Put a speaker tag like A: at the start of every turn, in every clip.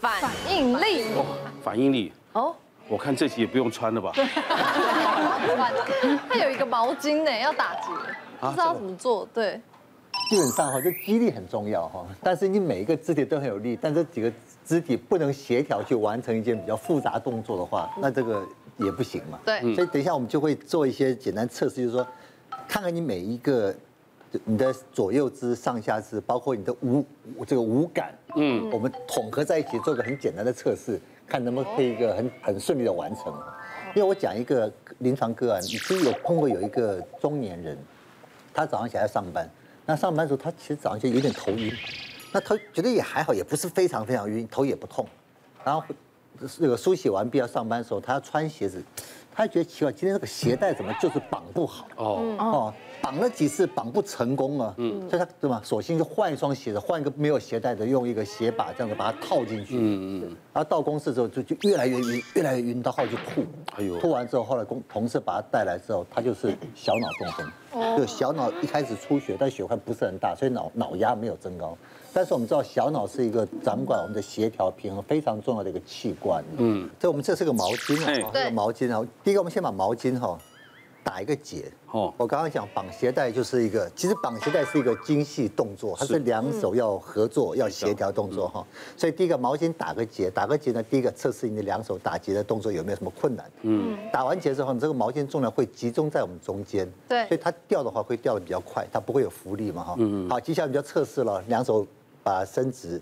A: 反应力
B: 哦，反应力，
A: 哦，
B: 我看这集也不用穿了吧？
A: 它有一个毛巾呢，要打结，
B: 啊
A: 不知道怎么做。对，
C: 基本上哈，这肌力很重要哈，但是你每一个肢体都很有力，但这几个肢体不能协调去完成一件比较复杂动作的话，那这个也不行嘛。
A: 对嗯
C: 所以等一下我们就会做一些简单测试，就是说，看看你每一个你的左右肢、上下肢，包括你的五这个五感，嗯，我们统合在一起做个很简单的测试，看能不能可以一个很很顺利的完成。因为我讲一个临床个案，你其实有碰过有一个中年人，他早上起来上班，那上班的时候他其实早上就有点头晕，那头觉得也还好，也不是非常非常晕，头也不痛。然后那个梳洗完毕要上班的时候，他要穿鞋子，他觉得奇怪，今天这个鞋带怎么就是绑不好？
B: 哦，
C: 哦，绑了几次绑不成功啊，所以他对吧？索性就换一双鞋子，换一个没有鞋带的，用一个鞋把这样子把它套进去。嗯嗯。然后到公司之后就就越来越晕，越来越晕，到后来就吐。
B: 哎
C: 哎
B: 呦
C: 呦！吐完之后，后来公同事把他带来之后，他就是小脑中风，就小脑一开始出血，但血块不是很大，所以脑脑压没有增高。但是我们知道小脑是一个掌管我们的协调平衡非常重要的一个器官。嗯，所以我们这是个毛巾
B: 哎
C: 啊，这个毛巾啊。第一个，我们先把毛巾哈、打一个结。
B: 哦
C: 哦，我刚刚讲绑鞋带就是一个，其实绑鞋带是一个精细动作，它是嗯两手要合作、要协调动作哈。所以第一个毛巾打个结，打个结呢，第一个测试你的两手打结的动作有没有什么困难。嗯，打完结之后，你这个毛巾重量会集中在我们中间，
A: 对
C: 所以它掉的话会掉的比较快，它不会有浮力嘛哈。嗯，好，接下来我们就要测试了，两手把它伸直。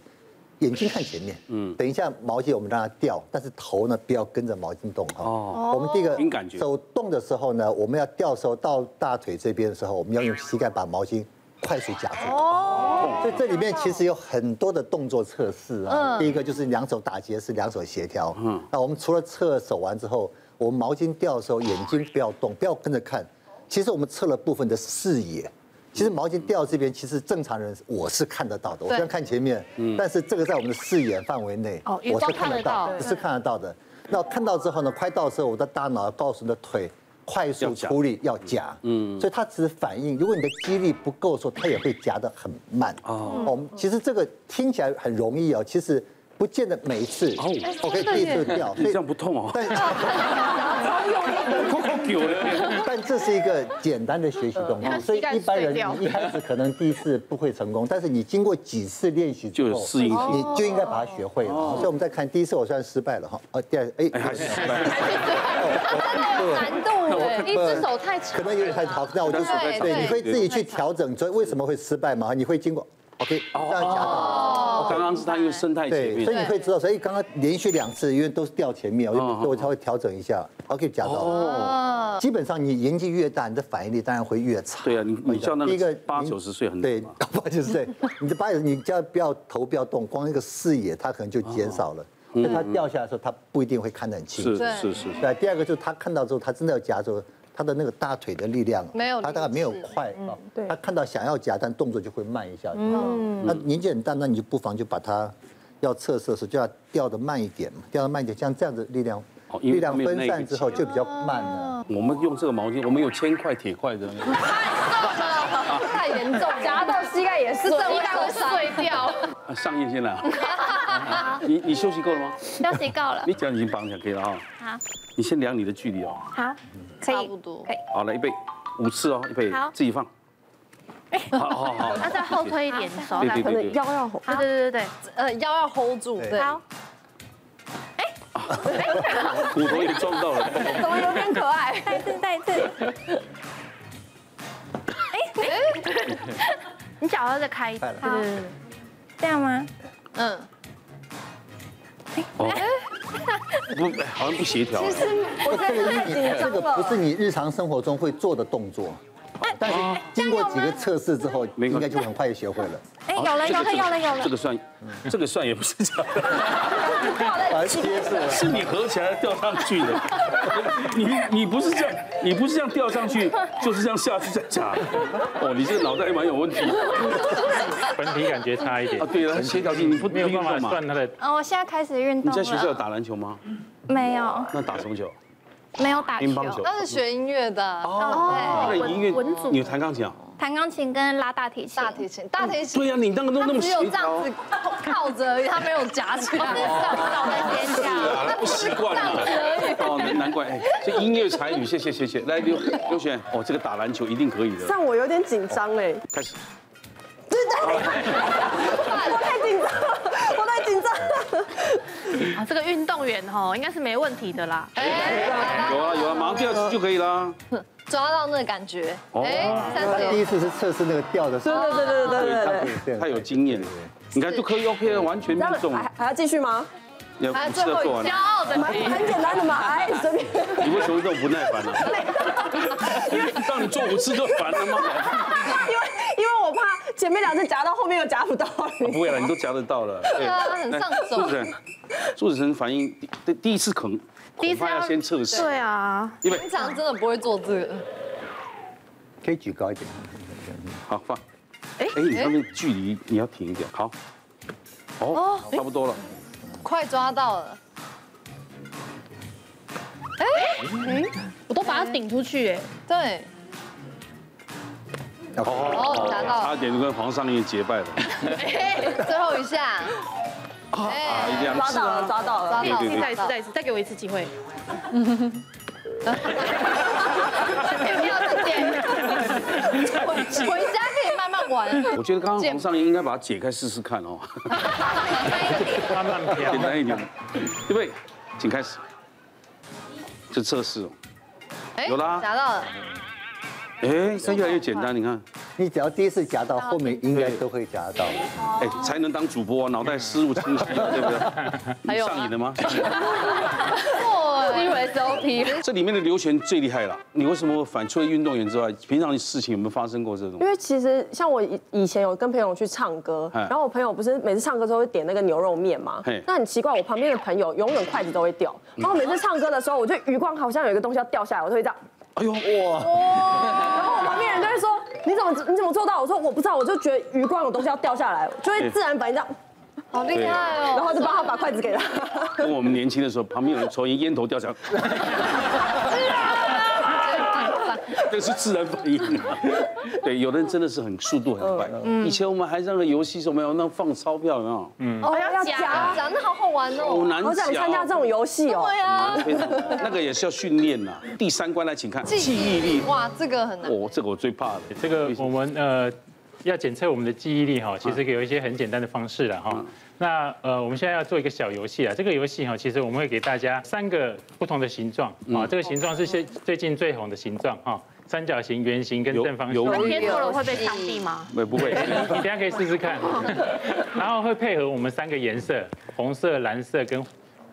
C: 眼睛看前面，嗯，等一下毛巾我们让它掉，但是头呢不要跟着毛巾动哈。
B: 哦
C: 哦，我们第一个
B: 凭感觉
C: 手手动的时候呢，我们要吊的时候到大腿这边的时候，我们要用膝盖把毛巾快速夹住。哦，所以这里面其实有很多的动作测试
D: 嗯
C: 啊。第一个就是两手打结是两手协调。嗯，那我们除了测手完之后，我们毛巾吊的时候眼睛不要动，不要跟着看。其实我们测了部分的视野。其实毛巾吊这边，其实正常人我是看得到的，我虽然看前面，但是这个在我们的视野范围内，
D: 哦
C: 我是
D: 眼光看
C: 看得
D: 得到
C: 到，是看得到的。那看到之后呢，快到的时候，我的大脑告诉你的腿快速处理要夹，嗯，所以它只是反应。如果你的肌力不够的时候，它也会夹得很慢。哦，我们其实这个听起来很容易哦，其实不见得每一次
B: 哦
D: 哎
C: ，OK，第一次掉，
B: 你这样不痛哦，
C: 但
B: 痛好久了。
C: 但这是一个简单的学习动
D: 嗯
C: 作，所以一般人
D: 膝盖碎掉
C: 你一开始可能第一次不会成功，但是你经过几次练习之
B: 就有
C: 后，
B: 适应性
C: 你就应该把它学会了。所以我们再看第一次，我虽然失败了哈，哦，第二，哎，
B: 还是失败了
A: 有难度哎，一只手太
C: 可
A: 长，
C: 能有点太好，那我就
A: 对
C: 对，你
A: 对
C: 会自己去调整，所以为什么会失败嘛？你会经过 OK 这
B: 哦
C: 样夹到，
B: 刚刚是他因为生态前
C: 对，所以
B: 面，
C: 你会知道，所以刚刚连续两次，因为都是掉前面，我就
B: 嗯嗯
C: 所以我才会调整一下，OK 夹
B: 哦
C: 到。基本上你年纪越大，你的反应力当然会越差。
B: 对啊，你你叫那
C: 第一
B: 个
C: 个
B: 八九十岁很
C: 对
B: 难嘛，
C: 八九十岁，你这八九，你叫不要头不要动，光一个视野，它可能就
B: 哦
C: 减少了。
B: 嗯
C: 所以它掉下来的时候，它不一定会看得很清楚
B: 是。
A: 对
B: 是是，
C: 对，第二个就是他看到之后，他真的要夹住他的那个大腿的力量，
A: 没有力气
C: 他大概没有快啊，
D: 对
C: 他看到想要夹，但动作就会慢一下。嗯，那年纪很大，那你就不妨就把它要测试的时候就要调的慢一点嘛，调的慢一点，像这样子力量
B: 哦，因为
C: 力量
B: 没有
C: 分
B: 那
C: 散
B: 个
C: 之后就比较慢了。
B: 我们用这个毛巾，我们有铅块、铁块的，
A: 太严重，
D: 夹到膝盖也是，
A: 对
D: 膝盖会碎掉。
B: 啊上夜先来啊。你你休息够了吗？
E: 休息够了
B: 你，脚已经绑起来可以了啊。
E: 好，
B: 你先量你的距离哦。
E: 好，可以，
A: 差不多
E: 可以，
B: 好，来预备五次哦，预备
E: 好
B: 自己放。好好好，
E: 那再后推一点手
B: 对
E: 来
B: 对，
D: 可
B: 对
D: 能
B: 对，
D: 腰要红。
E: 对对对对对，
A: 呃，腰要 hold 住，对，
E: 好，
B: 骨头也撞到了。
A: 怎么有点可爱？
E: 再一次，再一次。哎， 你脚要再开一次，
C: 快了
E: 好，这样吗？
A: 嗯，
B: 哦， 不，好像不协调。啊
C: 我这个你这个不是你日常生活中会做的动作，但是经过几个测试之后，
B: 没关系
C: 应该就很快就学会了。
E: 哎，有了，
B: 啊这
E: 有
B: 个
E: 了，有了，有了
B: 这。个算，这个算也不是假的。
C: 而贴是 了。
B: 是你合起来掉上去的， 你你不是这样，你不是这样掉上去，就是这样下去再夹。哦，你这个脑袋蛮有问题啊！
F: 本体感觉差一点，
B: 哦对了，协调性你不
F: 没有
B: 不运
F: 办法
B: 动嘛？
F: 算它的
E: 嗯，我现在开始运
B: 你
E: 动
B: 在学校有
E: 了。
B: 打篮球吗？
E: 没有，
B: 那打什么球？
E: 没有打
B: 乒乓球
E: 球。
A: 那是学音乐的，
B: 哦，那音乐
D: 文组
B: 你有弹钢琴啊？
E: 弹钢琴跟拉大提琴。
A: 大提琴，大提琴。
B: 对呀、你那个都哦那么
A: 只
B: 协
A: 有这
B: 调
A: 样，子靠靠着而已，他没有夹起来。
E: 我的尖叫，
B: 啊不习惯了。哦，难难怪，哎，这音乐才女，谢谢谢谢。来，刘刘璇，哦，这个打篮球一定可以的。
G: 让我有点紧张哎，
B: 开始，
G: 我太紧张了，我太紧张了。
H: 啊，这个运动员哦，应该是没问题的啦。
B: 有啊有啊，马上第二次就可以啦。
A: 哎抓到那个感觉。
B: 哦
A: 哎，三
C: 他
A: 姐
C: 第一次是测试那个调的时
G: 对
C: 候，
G: 对对对对
B: 对，
G: 对
B: 他
G: 对
B: 可
G: 对。
B: 以，他有经验。你看就可以 OK 了，完全命中
G: 然后。啊还还要继续吗？
B: 要
A: 还有
B: 五次要做完
A: 最
B: 了
H: 骄，傲的
G: 蛮
H: 你，
G: 蛮简单的嘛，哎，随便。
B: 你为什么这么不耐烦呢、让你做五次就烦了吗？
G: 因为因为我怕前面两次夹到，后面又哦夹不到你。
B: 不会了，你都夹得到了。对
A: 啊很上手
B: 主持人，主持人反应第第一次肯，
H: 第一次
B: 恐怕要
H: 要
B: 先测试，
H: 对啊，
B: 因为
A: 平常真的不会做这个，
C: 可以举高一点。
B: 好放。哎，你那边距离你要停一点，好。哦，差不多了。
A: 快抓到了。
H: 我都把它顶出去哎。
A: 对，哦，拿到
B: 差
A: 了，
B: 点就跟黄尚英结拜了。
A: 最后一下。
B: 啊，一
A: 哎，
B: 定要
G: 抓到了，抓到了。
A: 抓到
B: 对对
A: 了，
H: 再一次，
A: 抓到
H: 再
A: 了
H: 一次，再给我一次机会。
A: 不要哎再 点。回家可以慢慢玩。
B: 我觉得刚刚黄尚英应该把它解开试试看哦，
F: 慢慢飘
B: 简。单一点。预备，请开始。这测试哦，
A: 哎
B: 有啦
A: 拿到了，
B: 哎，这越来越简单，你看。
C: 你只要第一次夹到，后面应该都会夹得到。
B: 哎，才能当主播，脑袋思路清晰， 对不 对？你
G: 啊
B: 上瘾了 吗？
A: 哦，因为 SOP
B: 这里面的刘璇最厉害了。你为什么反除了运动员之外，平常事情有没有发生过这种
G: 因？为其实像我以以前有跟朋友去唱歌，
B: 哎
G: 然后我朋友不是每次唱歌都会点那个牛肉面嘛
B: 嘿，
G: 那很奇怪，我旁边的朋友永远筷子都会掉，然后每次唱歌的时候，我就余光好像有一个东西要掉下来，我就会这样，
B: 哎呦哇！
G: 然后我旁边人就会说你怎么你怎么做到？我说我不知道，我就觉得余光有东西要掉下来，就会自然反应这样，
A: 好厉害
G: 然
A: 哦，
G: 后就帮他把筷子给他。
B: 跟我们年轻的时候，旁边有人抽烟，烟头掉下来， 这是自然反 应啊。对，有的人真的是很速度很快。以前我们还上个游戏什么有那放钞票有没有？嗯，
G: 哦， 要
A: 夹，
G: 夹，
A: 夹得好好玩
B: 好
A: 哦。
B: 难啊
G: 好想参加这种游戏哦。
A: 对啊，
B: 非常难那个也是要训练呐。第三关来，请看记忆力。
A: 哇，这个很难。
B: 哦，这个我最怕的。
F: 这个我们呃要检测我们的记忆力
B: 啊
F: 哈，其实有一些很简单的方式了哈。那呃，我们现在要做一个小游戏啊。这个游戏哈，其实我们会给大家三个不同的形状
B: 嗯
F: 啊。这个形状是现最近最红的形状哈，三角形、圆形跟
B: 有
F: 正方形。
B: 有
H: 贴错了会被枪毙吗？
B: 不不会，
F: 你等一下可以试试看，然后会配合我们三个颜色，红色、蓝色跟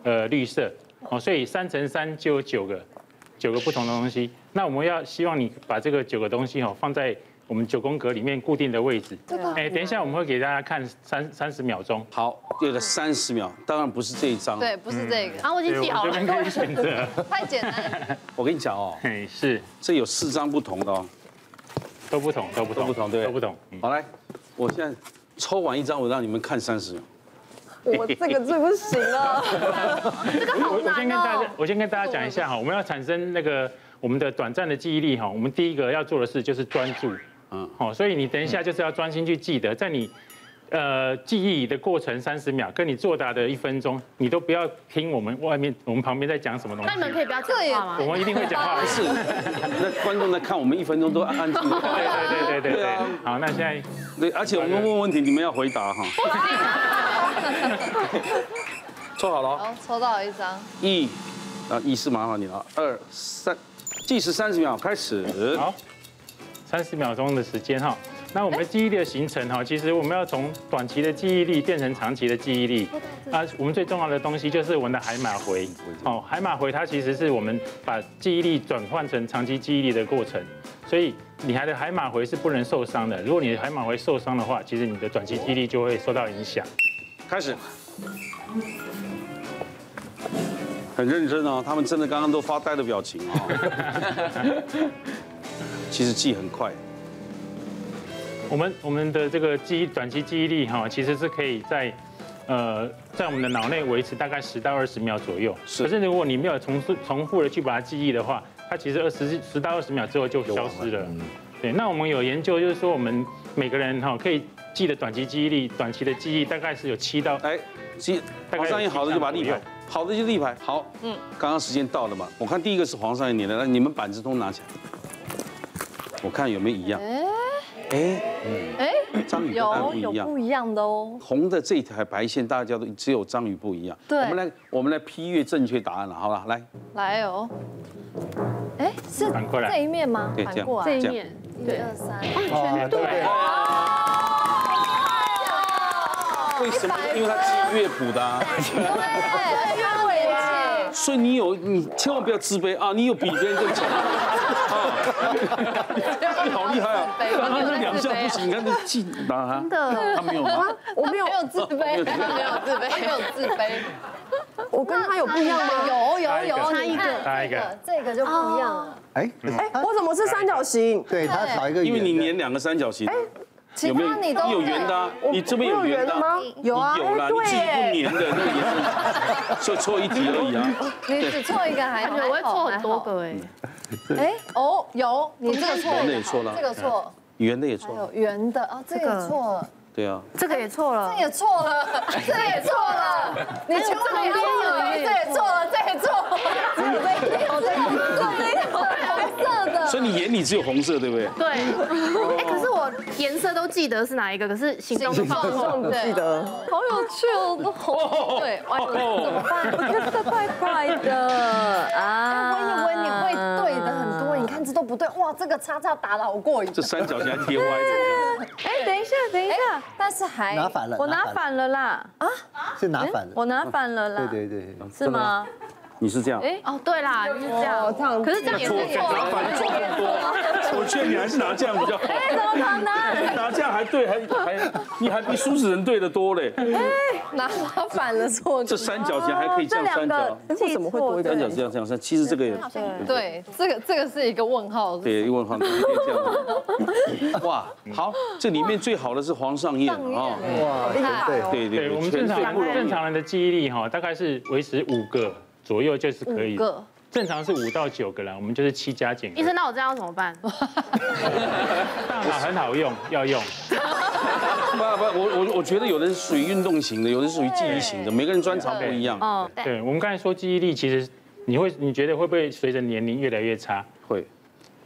F: 呃绿色，哦，所以三乘三就有九个，九个不同的东西。那我们要希望你把这个九个东西哦放在我们九宫格里面固定的位置。
H: 啊
F: 哎，等一下我们会给大家看三三十秒钟，
B: 好，这个三十秒，当然不是这一张。
A: 对，不是这个，
B: 嗯
H: 啊，我已经记好
F: 我这
H: 了。
F: 边可以选择。
A: 太简单了。
B: 我跟你讲哦，
F: 嘿，是
B: 这有四张不同的哦。
F: 都不同，都不
B: 都
F: 同，
B: 不同对不对
F: 都不同。嗯
B: 好来，我现在抽完一张，我让你们看三十秒。
G: 我这个最不行了。
F: 我我先跟大
A: 好
F: 家，我先跟大家讲一下哈，我们要产生那个我们的短暂的记忆力哈，我们第一个要做的事就是专注，
B: 嗯
F: 嗯，好，所以你等一下就是要专心去记得，在你呃记忆的过程三十秒，跟你作答的一分钟，你都不要听我们外面我们旁边在讲什么东西
H: 那你，们可以不要讲话吗
F: 我？们一定会讲话
B: 不。是，那观众在看我们一分钟都安安静静。
F: 对对对对对
B: 对
F: 对
B: 啊，
F: 好，那现在
B: 对，而且我们问问题，你们要回答 哈。抽好了哦，
A: 好，抽到一张，
B: 一，啊，一是麻烦你了，二三，计时三十秒，开始。
F: 好，三十秒钟的时间哈。那我们的记忆力的形成哈，其实我们要从短期的记忆力变成长期的记忆力。啊，我们最重要的东西就是我们的海马回。哦，海马回它其实是我们把记忆力转换成长期记忆力的过程。所以你还的海马回是不能受伤的。如果你的海马回受伤的话，其实你的短期记忆力就会受到影响。
B: 开始。很认真哦，他们真的刚刚都发呆的表情 哦。其实记很快，
F: 我们我们的这个记忆短期记忆力哈，其实是可以在呃在我们的脑内维持大概十到二十秒左右。
B: 是
F: 可是如果你没有重复重复的去把它记忆的话，它其实二十十到二十秒之后就消失了。嗯对，那我们有研究，就是说我们每个人哈可以记得短期记忆力，短期的记忆大概是有七到
B: 来，哎记
F: 大概
B: 黄
F: 有
B: 尚义好的就把立
F: 几张
B: 牌
F: 左，
B: 好的就立牌。好，嗯，刚刚时间到了嘛，我看第一个是黄尚义你的，来你们板子都拿起来，我看有没有一样。哎，哎，张宇不但不
A: 有
B: 一
A: 有
B: 样，
A: 不一样的哦。
B: 红的这条白线大家都只有张宇不一样。
A: 对
B: 我们来我们来批阅正确答案了，好吧？来，
A: 来哦，哎，是
F: 反过来
A: 这一面吗？
B: 对这
A: 反
B: 样
A: 过来，
H: 这一
B: 这样
H: 面，
A: 一二三，
F: 哦
C: 啊，对，
B: 为什么？因为他记乐谱的、啊，
A: 对，他会写，
B: 所以你有你千万不要自卑啊！你有比别人更强 啊！ 你好厉害啊！刚刚那两项不行，你看这记哪啊？ 真
H: 的
B: 他没有吗？
G: 我没有
A: 没，有自
B: 没有
A: 卑，
B: 自
A: 没有自卑，没有自卑。
G: 我跟他有不一样吗？
A: 有有有，
F: 差
A: 你看哦
F: 差一个
A: 这个就不一样了。
C: 哎，可是
G: 哎，我怎么是三角形？
C: 对他少一 个圆的，
B: 哎因为你连两个三角形，
A: 其
B: 有没有
A: 他你都
B: 有圆的啊？
G: 我
B: 你这边有
G: 我
B: 圆的
G: 的
B: 啊
G: 吗？？
B: 有啊，有啦，
G: 哎
B: 你
G: 对
B: 自己不粘的那也是，所以错一题而已啊。
A: 你只错一个还好，
H: 我会错很多个哎，
A: 哎，哦，有，你这个错
B: 红的也错了
A: 这个错，
B: 圆的也错
A: 还
B: 了，
A: 有圆的啊，这个
H: 这个
A: 也错了，
B: 对啊，
H: 这个也错了
A: 这，也错了，这个也错了，你全部也错了，这也错了，这也错了，这也错了，这也错了，红色的。
B: 所以你眼里只有红色，对不对？
H: 对。 哎，可是我颜色都记得是哪一个，可是行动都放错。
G: 不记得，
A: 好有趣哦，都红对，哇，怎么办？我觉得怪怪的啊！我以为你会对的很多，你看这都不对，哇，这个叉叉打的好过瘾
B: 这。三角形还贴歪的，
D: 哎，等一下，等一
A: 哎
D: 下，
A: 但是还
C: 拿反了，
D: 我拿反了啦，
C: 是拿反了，
D: 我拿反了
B: 嗯
D: 啦，
C: 对对对，
D: 是吗？
B: 你是这样。
H: 哦，对啦，就是这
G: 哦这样
H: 样。
G: 子
H: 可是这个也
B: 错，
H: 是
B: 选
H: 错，
B: 择反正错更 多。我劝你还是拿这样比较好。
D: 哎，怎么可能？
B: 拿这样还对，还还你还比梳子人对的多嘞。
A: 拿反了错，
B: 这三角形还可以这样三角，
G: 哎为什么会多一
B: 三角
G: 个？
B: 这样这样三，其实这个也
A: 对，这个这个是一个问号，
B: 对，一问黄可以这样。哇，好，这里面最好的是黄尚燕啊，
C: 哇，对对，
B: 哦对
F: 对，
B: 对，
F: 我们
B: 全
F: 正
B: 最
F: 常
B: 不容
F: 正
B: 易。
F: 常人的记忆力哈，大概是维持五个左右就是可以。
A: 个
F: 正常是五到九个啦，我们就是七加减二。
H: 医生，那我这样要怎么办？
F: 大脑啊很好用，要用。
B: 不不，我我我觉得有的是属于运动型的，有的是属于记忆型的，每个人专长不一样。
H: 哦，对
F: 对，我们刚才说记忆力，其实你会你觉得会不会随着年龄越来越差？
B: 会，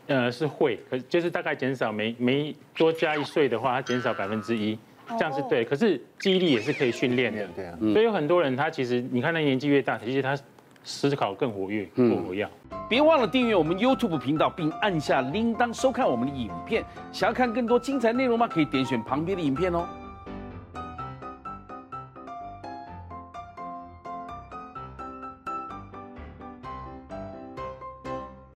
F: 呃，是会，可是就是大概减少每每多加一岁的话，它减少百分之一，这样是对。可是记忆力也是可以训练的，
C: 对啊
F: 所以有很多人他其实你看他年纪越大，其实他思考更活跃，
C: 嗯
F: 更活跃。
I: 别忘了订阅我们 YouTube 频道，并按下铃铛收看我们的影片。想要看更多精彩内容吗？可以点选旁边的影片哦。